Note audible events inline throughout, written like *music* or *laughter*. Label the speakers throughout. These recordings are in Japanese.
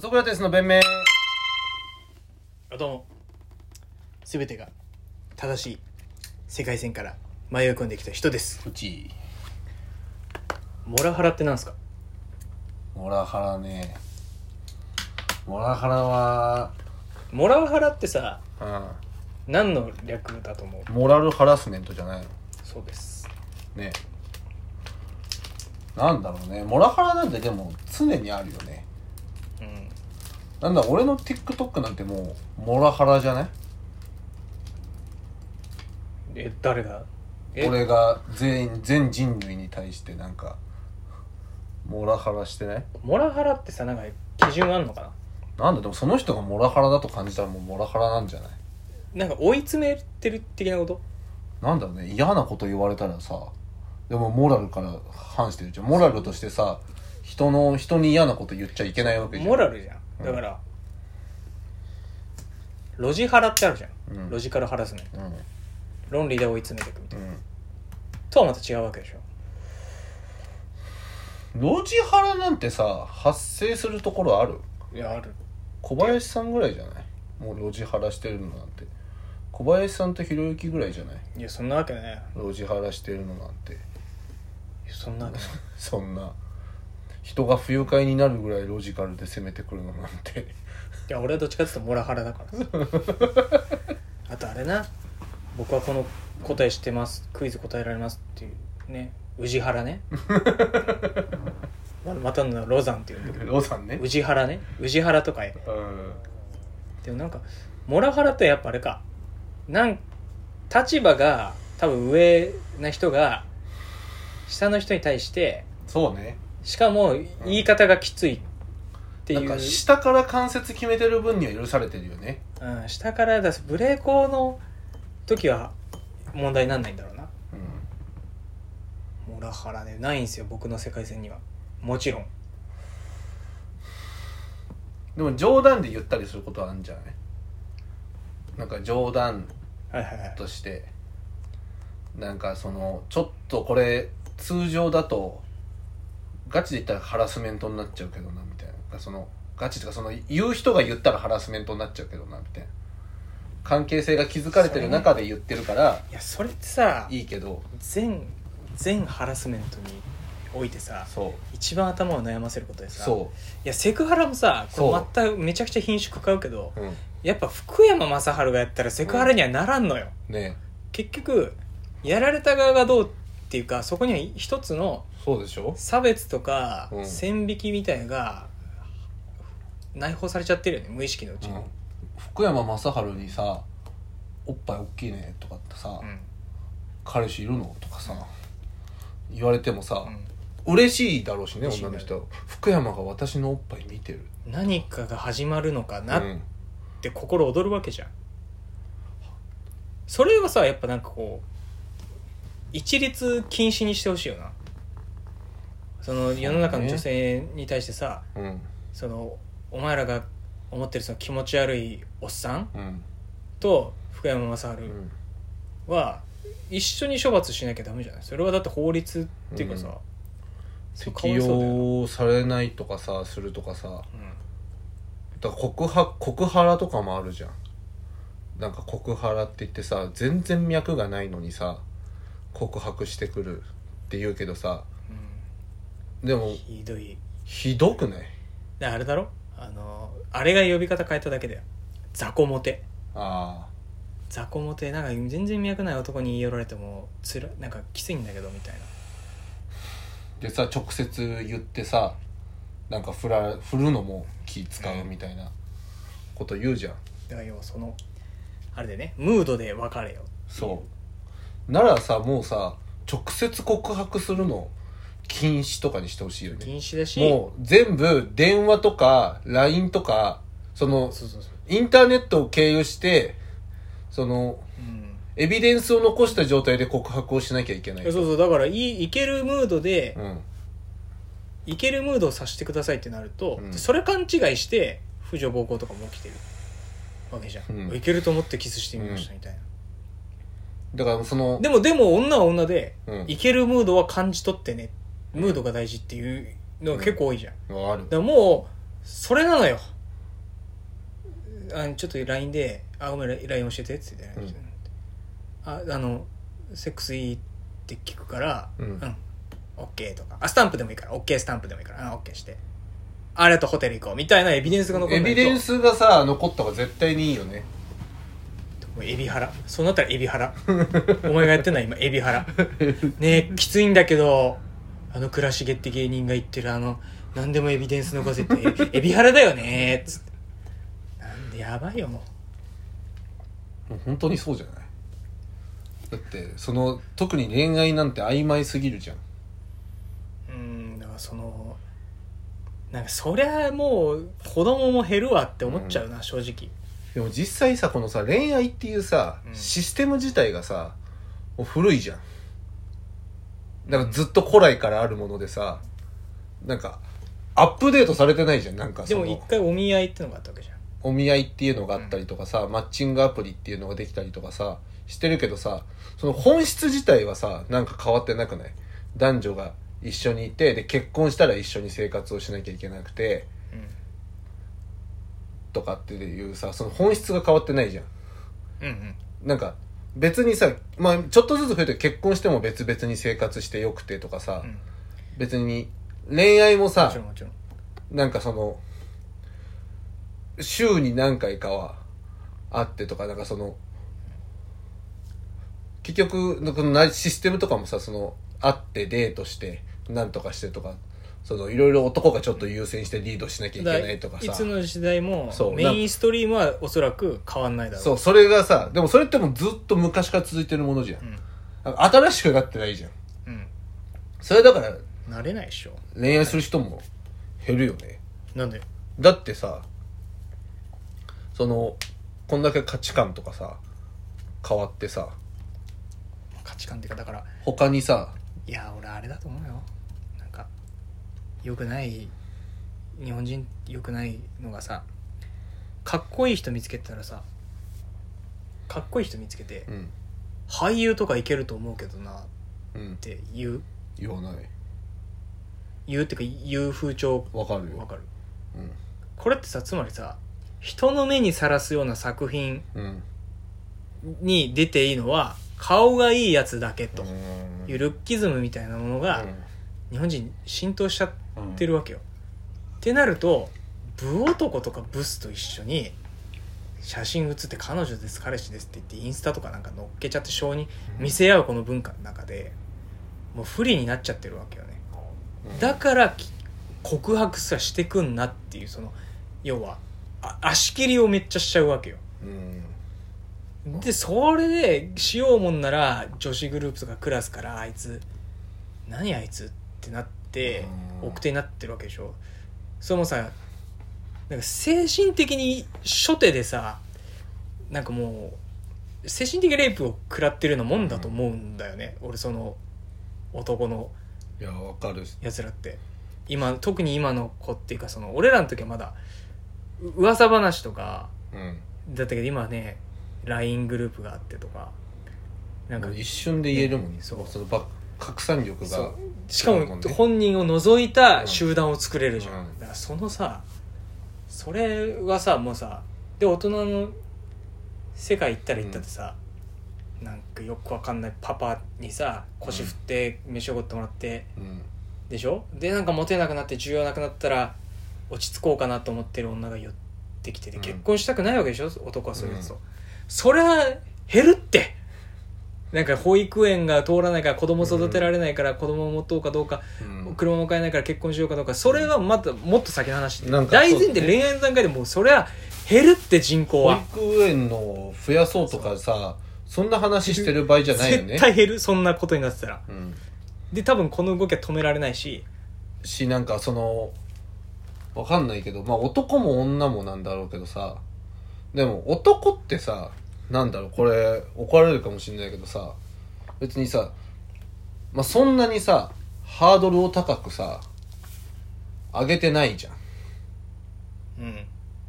Speaker 1: ソクラテスの弁明
Speaker 2: あどうも全てが正しい世界線から迷い込んできた人です
Speaker 1: うち
Speaker 2: モラハラってなんですか
Speaker 1: モラハラねモラハラは、
Speaker 2: モラハラってさ
Speaker 1: う、
Speaker 2: 何の略だと思うん
Speaker 1: モラルハラスメントじゃないの
Speaker 2: そうです
Speaker 1: ねなんだろうねモラハラなんてでも常にあるよね
Speaker 2: うん
Speaker 1: なんだ俺の TikTok なんてもうモラハラじゃない
Speaker 2: え誰がえ
Speaker 1: 俺が全員全人類に対してなんかモラハラしてない
Speaker 2: モラハラってさなんか基準あんのか
Speaker 1: なんだでもその人がモラハラだと感じたらもうモラハラなんじゃない
Speaker 2: ななんか追い詰めてる的なこと
Speaker 1: なんだろうね嫌なこと言われたらさでもモラルから反してるじゃんモラルとしてさ人の人に嫌なこと言っちゃいけないわけじゃん
Speaker 2: モラルじゃんだから、ロジハラってあるじゃん、
Speaker 1: うん
Speaker 2: ロジカルハラスメント
Speaker 1: うん
Speaker 2: 論理で追い詰めていくみたいな
Speaker 1: うん
Speaker 2: とはまた違うわけでしょ
Speaker 1: ロジハラなんてさ発生するところある
Speaker 2: いやある
Speaker 1: 小林さんぐらいじゃないもうロジハラしてるのなんて小林さんとひろゆきぐらいじゃない
Speaker 2: いやそんなわけね
Speaker 1: ロジハラしてるのなんて
Speaker 2: いやそんなわけない
Speaker 1: そんな人が不愉快になるぐらいロジカルで攻めてくるのなんて *laughs*
Speaker 2: いや俺はどっちかっていうとモラハラだからさあとあれな僕はこの答え知ってますクイズ答えられますっていうね宇治
Speaker 1: *laughs*
Speaker 2: 原ねままたのロザンっていうんだけ
Speaker 1: ロさんね
Speaker 2: ど宇治原ね宇治原とかへ
Speaker 1: うん
Speaker 2: でもなんかモラハラってやっぱあれかなん立場が多分上な人が下の人に対して
Speaker 1: そうね
Speaker 2: しかも言い方がきついってい
Speaker 1: なん
Speaker 2: う、
Speaker 1: か下から関節決めてる分には許されてるよね
Speaker 2: うん、下から出すブレーコーの時は問題になんないんだろうな
Speaker 1: うん
Speaker 2: モラハラねないんですよ僕の世界線にはもちろん
Speaker 1: でも冗談で言ったりすることはあるんじゃないなんか冗談
Speaker 2: はいはいはい
Speaker 1: としてなんかそのちょっとこれ通常だとガチで言ったらハラスメントになっちゃうけどなみたいななんかそのガチとかその言う人が言ったらハラスメントになっちゃうけどなみたいな関係性が築かれてる中で言ってるから
Speaker 2: いやそれってさ
Speaker 1: いいけど
Speaker 2: 全全ハラスメントにおいてさ
Speaker 1: そう
Speaker 2: 一番頭を悩ませることでさ
Speaker 1: そ
Speaker 2: いやセクハラもさこ
Speaker 1: そ
Speaker 2: れ
Speaker 1: う
Speaker 2: まためちゃくちゃ品種食らうけど
Speaker 1: う、うん、
Speaker 2: やっぱ福山雅治がやったらセクハラにはならんのよ、
Speaker 1: ね
Speaker 2: 結局やられた側がどうっていうかそこには一つの
Speaker 1: そうでしょ
Speaker 2: 差別とか
Speaker 1: うん
Speaker 2: 線引きみたいのが内包されちゃってるよね無意識のうち
Speaker 1: う
Speaker 2: に、
Speaker 1: ん福山雅治にさ「おっぱい大きいね」とかってさ「
Speaker 2: うん
Speaker 1: 彼氏いるの?」とかさ言われてもさ、
Speaker 2: うん
Speaker 1: 嬉しいだろうしね
Speaker 2: 嬉しい
Speaker 1: 女の人は福山が私のおっぱい見てる
Speaker 2: 何かが始まるのかな
Speaker 1: う
Speaker 2: っ
Speaker 1: ん
Speaker 2: て心躍るわけじゃん、それはさやっぱなんかこう一律禁止にしてほしいよなその世の中の女性に対してさ
Speaker 1: うん
Speaker 2: そのお前らが思ってるその気持ち悪いおっさん
Speaker 1: うん
Speaker 2: と福山雅治、
Speaker 1: うん
Speaker 2: は一緒に処罰しなきゃダメじゃないそれはだって法律っていうかさ、
Speaker 1: うん
Speaker 2: そう
Speaker 1: 適
Speaker 2: かわいそうだよな
Speaker 1: 用されないとかさするとかさ
Speaker 2: うん
Speaker 1: だから告白告ハラとかもあるじゃんなんか告ハラって言ってさ全然脈がないのにさ告白してくるって言うけどさで
Speaker 2: う
Speaker 1: も
Speaker 2: んひどい
Speaker 1: ひどくない
Speaker 2: だあれだろあのあれが呼び方変えただけだよ雑魚モテ
Speaker 1: あ
Speaker 2: 雑魚モテなんか全然脈ない男に言い寄られてもつらなんかきついんだけどみたいな
Speaker 1: あでさ直接言ってさなんか振ら振るのも気使うみたいなこと言うじゃん
Speaker 2: だから要はそのあれでねムードで別れよ
Speaker 1: そうならさもうさ直接告白するの禁止とかにしてほしいよね
Speaker 2: 禁止だし
Speaker 1: もう全部電話とか LINE とかその
Speaker 2: そうそうそう
Speaker 1: インターネットを経由してその
Speaker 2: うん
Speaker 1: エビデンスを残した状態で告白をしなきゃいけない
Speaker 2: いやそうそうだからいいいけるムードで、
Speaker 1: うん
Speaker 2: いけるムードをさせてくださいってなると、
Speaker 1: うん
Speaker 2: それ勘違いして婦女暴行とかも起きてるわけじゃん、
Speaker 1: うん
Speaker 2: いけると思ってキスしてみましたみたいな、
Speaker 1: だからその
Speaker 2: でもでも女は女で、
Speaker 1: うん
Speaker 2: いけるムードは感じ取ってねムードが大事っていうのが結構多いじゃん、
Speaker 1: ある
Speaker 2: だからもうそれなのよあちょっと LINE で「あごめん LINE 教えて」って言って、
Speaker 1: うん
Speaker 2: ああの「セックスいい?」って聞くから「
Speaker 1: うん
Speaker 2: オッケーとかあスタンプでもいいから「オッケースタンプでもいいから「あオッケーしてあれとホテル行こう」みたいなエビデンスが残
Speaker 1: エ
Speaker 2: る
Speaker 1: ビデンスがさ残った方が絶対にいいよね
Speaker 2: もうエビ腹そうなったらエビ腹お前がやってんのは今エビ腹ねえきついんだけどあの倉重って芸人が言ってるあの何でもエビデンス残せってエビ腹だよねっつってなんでやばいよも
Speaker 1: もう本当にそうじゃないだってその特に恋愛なんて曖昧すぎるじゃん
Speaker 2: ううんだからそのなんかそりゃもう子供も減るわって思っちゃうな、正直
Speaker 1: でも実際さこのさ恋愛っていうさ、
Speaker 2: うん
Speaker 1: システム自体がさもう古いじゃんだからずっと古来からあるものでさなんかアップデートされてないじゃんなんか
Speaker 2: で
Speaker 1: そ
Speaker 2: も一
Speaker 1: の
Speaker 2: 回お見合いってのがあったわけじゃん
Speaker 1: お見合いっていうのがあったりとかさ、マッチングアプリっていうのができたりとかさしてるけどさその本質自体はさなんか変わってなくない男女が一緒にいてで結婚したら一緒に生活をしなきゃいけなくてとかっていうさその本質が変わってないじゃん
Speaker 2: うん、うんうん
Speaker 1: なんか別にさ、まあ、ちょっとずつ増えて結婚しても別々に生活してよくてとかさ、
Speaker 2: うん
Speaker 1: 別に恋愛も
Speaker 2: も
Speaker 1: さ
Speaker 2: ちろんもちろん
Speaker 1: なんかその週に何回かはあってとかなんかその結局このなシステムとかもさその会ってデートして何とかしてとかそのいろいろ男がちょっと優先してリードしなきゃいけないとかさ
Speaker 2: いつの時代も
Speaker 1: そう
Speaker 2: メインストリームはおそらく変わんないだろう
Speaker 1: そうそれがさでもそれってもうずっと昔から続いてるものじゃん
Speaker 2: うん
Speaker 1: 新しくなってないじゃん
Speaker 2: うん
Speaker 1: それだから
Speaker 2: 慣れないでしょ
Speaker 1: 恋愛する人も減るよね
Speaker 2: なんで
Speaker 1: だってさそのこんだけ価値観とかさ変わってさ
Speaker 2: 価値観っていうかだから
Speaker 1: 他にさ
Speaker 2: いや俺あれだと思うよなんかよくない日本人よくないのがさかっこいい人見つけたらさかっこいい人見つけて
Speaker 1: うん
Speaker 2: 俳優とかいけると思うけどなっ
Speaker 1: うん
Speaker 2: て言う
Speaker 1: 言わない
Speaker 2: 言うっていうか言う風潮
Speaker 1: わかるよ
Speaker 2: わかる
Speaker 1: う
Speaker 2: これってさつまりさ人の目にさらすような作品
Speaker 1: んうん
Speaker 2: に出ていいのは顔がいいやつだけと
Speaker 1: うーん
Speaker 2: いうルッキズムみたいなものが日本人に浸透しちゃってるわけよ。ってなると武男とかブスと一緒に写真写って彼女です彼氏ですって言ってインスタとかなんか載っけちゃって性に見せ合うこの文化の中でもう不利になっちゃってるわけよね。
Speaker 1: うん
Speaker 2: だからき告白さしてくんなっていうその要はあ足切りをめっちゃしちゃうわけよ。
Speaker 1: うん
Speaker 2: でそれでしようもんなら女子グループとかクラスからあいつ何あいつってなって
Speaker 1: うん
Speaker 2: 奥手になってるわけでしょそれもさなんか精神的に初手でさなんかもう精神的レイプを食らってるようなもんだと思うんだよね、俺その男の
Speaker 1: いやわかる
Speaker 2: やつらって今特に今の子っていうかその俺らの時はまだう噂話とか
Speaker 1: うん
Speaker 2: だったけど今ね LINE グループがあってとかなんか
Speaker 1: もう一瞬で言えるもんね
Speaker 2: そ
Speaker 1: そうのば拡散力
Speaker 2: そ
Speaker 1: が
Speaker 2: うしか
Speaker 1: なん
Speaker 2: も
Speaker 1: かね
Speaker 2: 本人を除いた集団を作れるじゃん、
Speaker 1: うん
Speaker 2: だからそのさそれはさもうさで大人の世界行ったら行ったってさ、なんかよくわかんないパパにさ腰振って飯おごってもらって、
Speaker 1: うん
Speaker 2: でしょでなんかモテなくなって需要なくなったら落ち着こうかなと思ってる女が寄ってきてて
Speaker 1: うん
Speaker 2: 結婚したくないわけでしょ、男はそういうやつと、
Speaker 1: うん
Speaker 2: そりゃ減るってなんか保育園が通らないから子供育てられないから子供を持とうかどうか、
Speaker 1: うん
Speaker 2: 車も買えないから結婚しようかどうかそれはまたもっと先の話で
Speaker 1: なんか
Speaker 2: 大前提恋愛の段階でもうそりゃ減るって人口
Speaker 1: 保
Speaker 2: は
Speaker 1: 育園の増やそうとかさそんな話してる場合じゃないよね
Speaker 2: 絶対減るそんなことになってたら
Speaker 1: うん
Speaker 2: で多分この動きは止められないし
Speaker 1: しなんかそのわかんないけどまあ男も女もなんだろうけどさでも男ってさなんだろうこれ怒られるかもしれないけどさ別にさ、まあ、そんなにさハードルを高くさ上げてないじゃん
Speaker 2: うん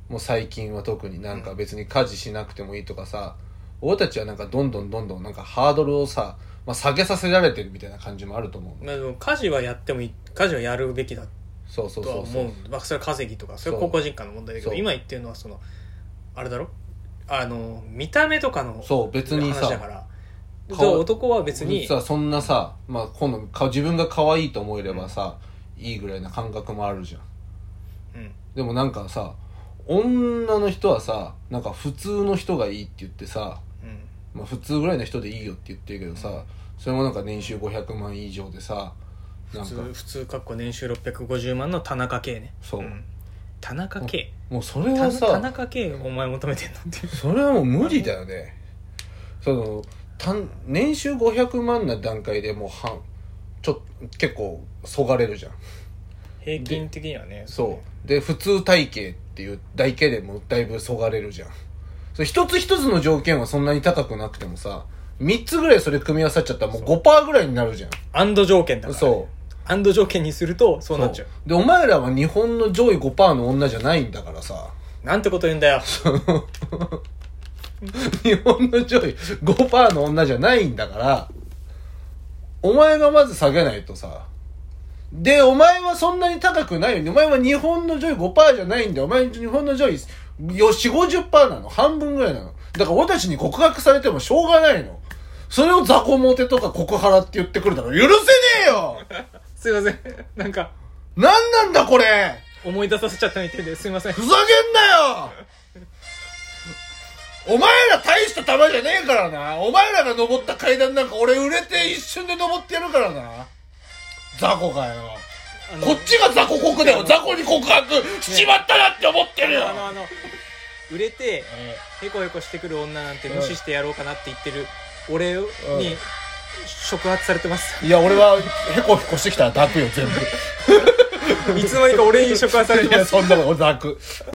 Speaker 1: もう最近は特になんか別に家事しなくてもいいとかさ、俺たちはなんかどんどんどんどんなんかハードルをさ、まあ、下げさせられてるみたいな感じもあると思うの
Speaker 2: まあでも家事はやってもいい家事はやるべきだ
Speaker 1: そうそう
Speaker 2: と
Speaker 1: そう
Speaker 2: は思
Speaker 1: そううん
Speaker 2: でまあ、それは稼ぎとかそれは
Speaker 1: そう
Speaker 2: 高校人家の問題だけど
Speaker 1: そう
Speaker 2: 今言ってるのはそのあれだろあの見た目とかの
Speaker 1: そう別に
Speaker 2: 話だか
Speaker 1: さ
Speaker 2: ら
Speaker 1: 顔
Speaker 2: そう男は別に
Speaker 1: さそんなさ、まあ、今度か自分が可愛いと思えればさ、いいぐらいな感覚もあるじゃん
Speaker 2: うん
Speaker 1: でもなんかさ女の人はさなんか普通の人がいいって言ってさ、
Speaker 2: うん
Speaker 1: まあ、普通ぐらいの人でいいよって言ってるけどさ、それもなんか年収500万以上でさな
Speaker 2: 普
Speaker 1: んか
Speaker 2: 通普通かっこ年収650万の田中圭ね
Speaker 1: そう、
Speaker 2: ん田中圭
Speaker 1: もうそれ
Speaker 2: 田
Speaker 1: は
Speaker 2: 田
Speaker 1: さ
Speaker 2: 中圭お前求めてんのっていう
Speaker 1: それはもう無理だよねそのたん年収500万な段階でもう半ちょっと結構そがれるじゃん
Speaker 2: 平均的にはね
Speaker 1: そうで普通体型っていうだけでもだいぶそがれるじゃんそれ一つ一つの条件はそんなに高くなくてもさ3つぐらいそれ組み合わさっちゃったらもう5%ぐらいになるじゃん
Speaker 2: アンド条件だから
Speaker 1: そう
Speaker 2: アンド条件にするとそうなっちゃう
Speaker 1: でお前らは日本の上位5%の女じゃないんだからさ
Speaker 2: なんてこと言うんだよ
Speaker 1: 日本の上位5%の女じゃないんだからお前がまず下げないとさでお前はそんなに高くないよねお前は日本の上位5%じゃないんだよお前日本の上位よ4 5 0なの半分ぐらいなのだから俺たちに告白されてもしょうがないのそれを雑魚モテとか告ハラって言ってくるだろ許せねえよ
Speaker 2: すいませんなんか
Speaker 1: 何なんだこれ
Speaker 2: 思い出させちゃったみたいですいません
Speaker 1: ふざけんなよお前ら大した玉じゃねえからなお前らが登った階段なんか俺売れて一瞬で登ってやるからな雑魚かよ
Speaker 2: あの
Speaker 1: こっちが雑魚国だよ雑魚に告白しちまったなって思ってるよ
Speaker 2: あのあの売れてへこへこしてくる女なんて無視してやろうかなって言ってる俺に触発されてます
Speaker 1: いや俺はヘコヘコしてきたら抱くよ全部
Speaker 2: いつの間にか俺に触発され
Speaker 1: い
Speaker 2: てま
Speaker 1: や
Speaker 2: す
Speaker 1: そんなこと俺抱く